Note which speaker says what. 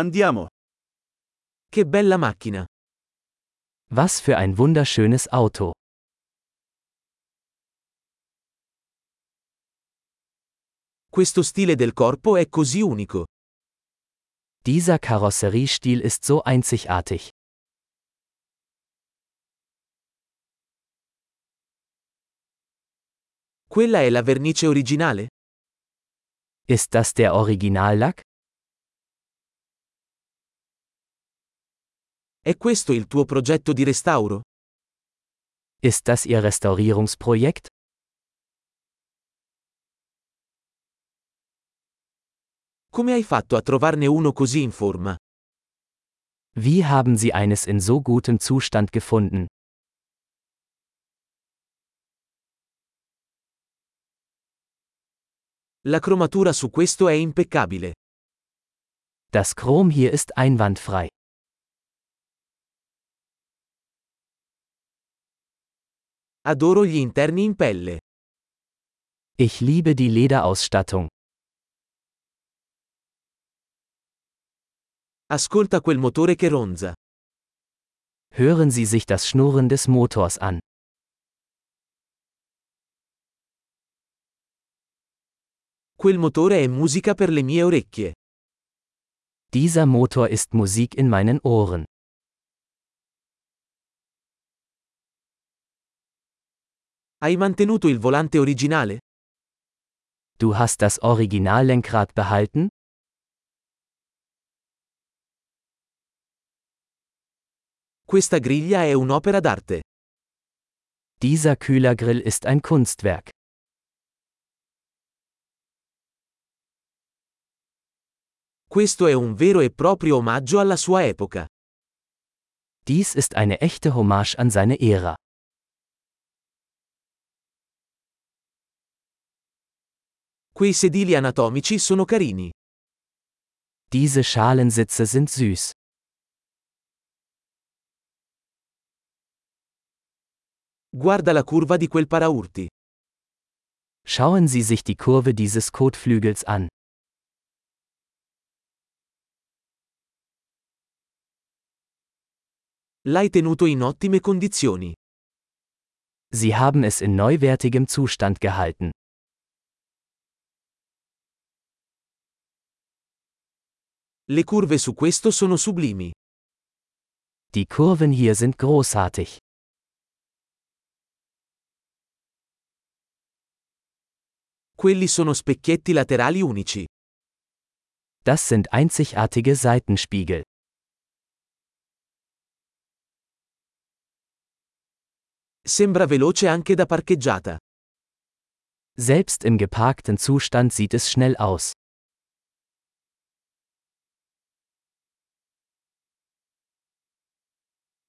Speaker 1: Andiamo.
Speaker 2: Che bella macchina.
Speaker 3: Was für ein wunderschönes Auto.
Speaker 2: Questo stile del corpo è così unico.
Speaker 3: Dieser Karosseriestil ist so einzigartig.
Speaker 2: Quella è la vernice originale?
Speaker 3: Ist das der Originallack?
Speaker 2: È questo il tuo progetto di restauro?
Speaker 3: Ist das Ihr Restaurierungsprojekt?
Speaker 2: Come hai fatto a trovarne uno così in forma?
Speaker 3: Wie haben Sie eines in so gutem Zustand gefunden?
Speaker 2: La cromatura su questo è impeccabile.
Speaker 3: Das Chrom hier ist einwandfrei.
Speaker 2: Adoro gli interni in pelle.
Speaker 3: Ich liebe die Lederausstattung.
Speaker 2: Ascolta quel motore che ronza.
Speaker 3: Hören Sie sich das Schnurren des Motors an.
Speaker 2: Quel motore è musica per le mie orecchie.
Speaker 3: Dieser Motor ist Musik in meinen Ohren.
Speaker 2: Hai mantenuto il volante originale?
Speaker 3: Du hast das Originallenkrad behalten?
Speaker 2: Questa griglia è un'opera d'arte.
Speaker 3: Dieser Kühlergrill ist ein Kunstwerk.
Speaker 2: Questo è un vero e proprio omaggio alla sua epoca.
Speaker 3: Dies ist eine echte Hommage an seine Ära.
Speaker 2: Quei sedili anatomici sono carini.
Speaker 3: Diese Schalensitze sind süß.
Speaker 2: Guarda la curva di quel paraurti.
Speaker 3: Schauen Sie sich die Kurve dieses Kotflügels an.
Speaker 2: L'hai tenuto in ottime condizioni.
Speaker 3: Sie haben es in neuwertigem Zustand gehalten.
Speaker 2: Le curve su questo sono sublimi.
Speaker 3: Die Kurven hier sind großartig.
Speaker 2: Quelli sono specchietti laterali unici.
Speaker 3: Das sind einzigartige Seitenspiegel.
Speaker 2: Sembra veloce anche da parcheggiata.
Speaker 3: Selbst im geparkten Zustand sieht es schnell aus.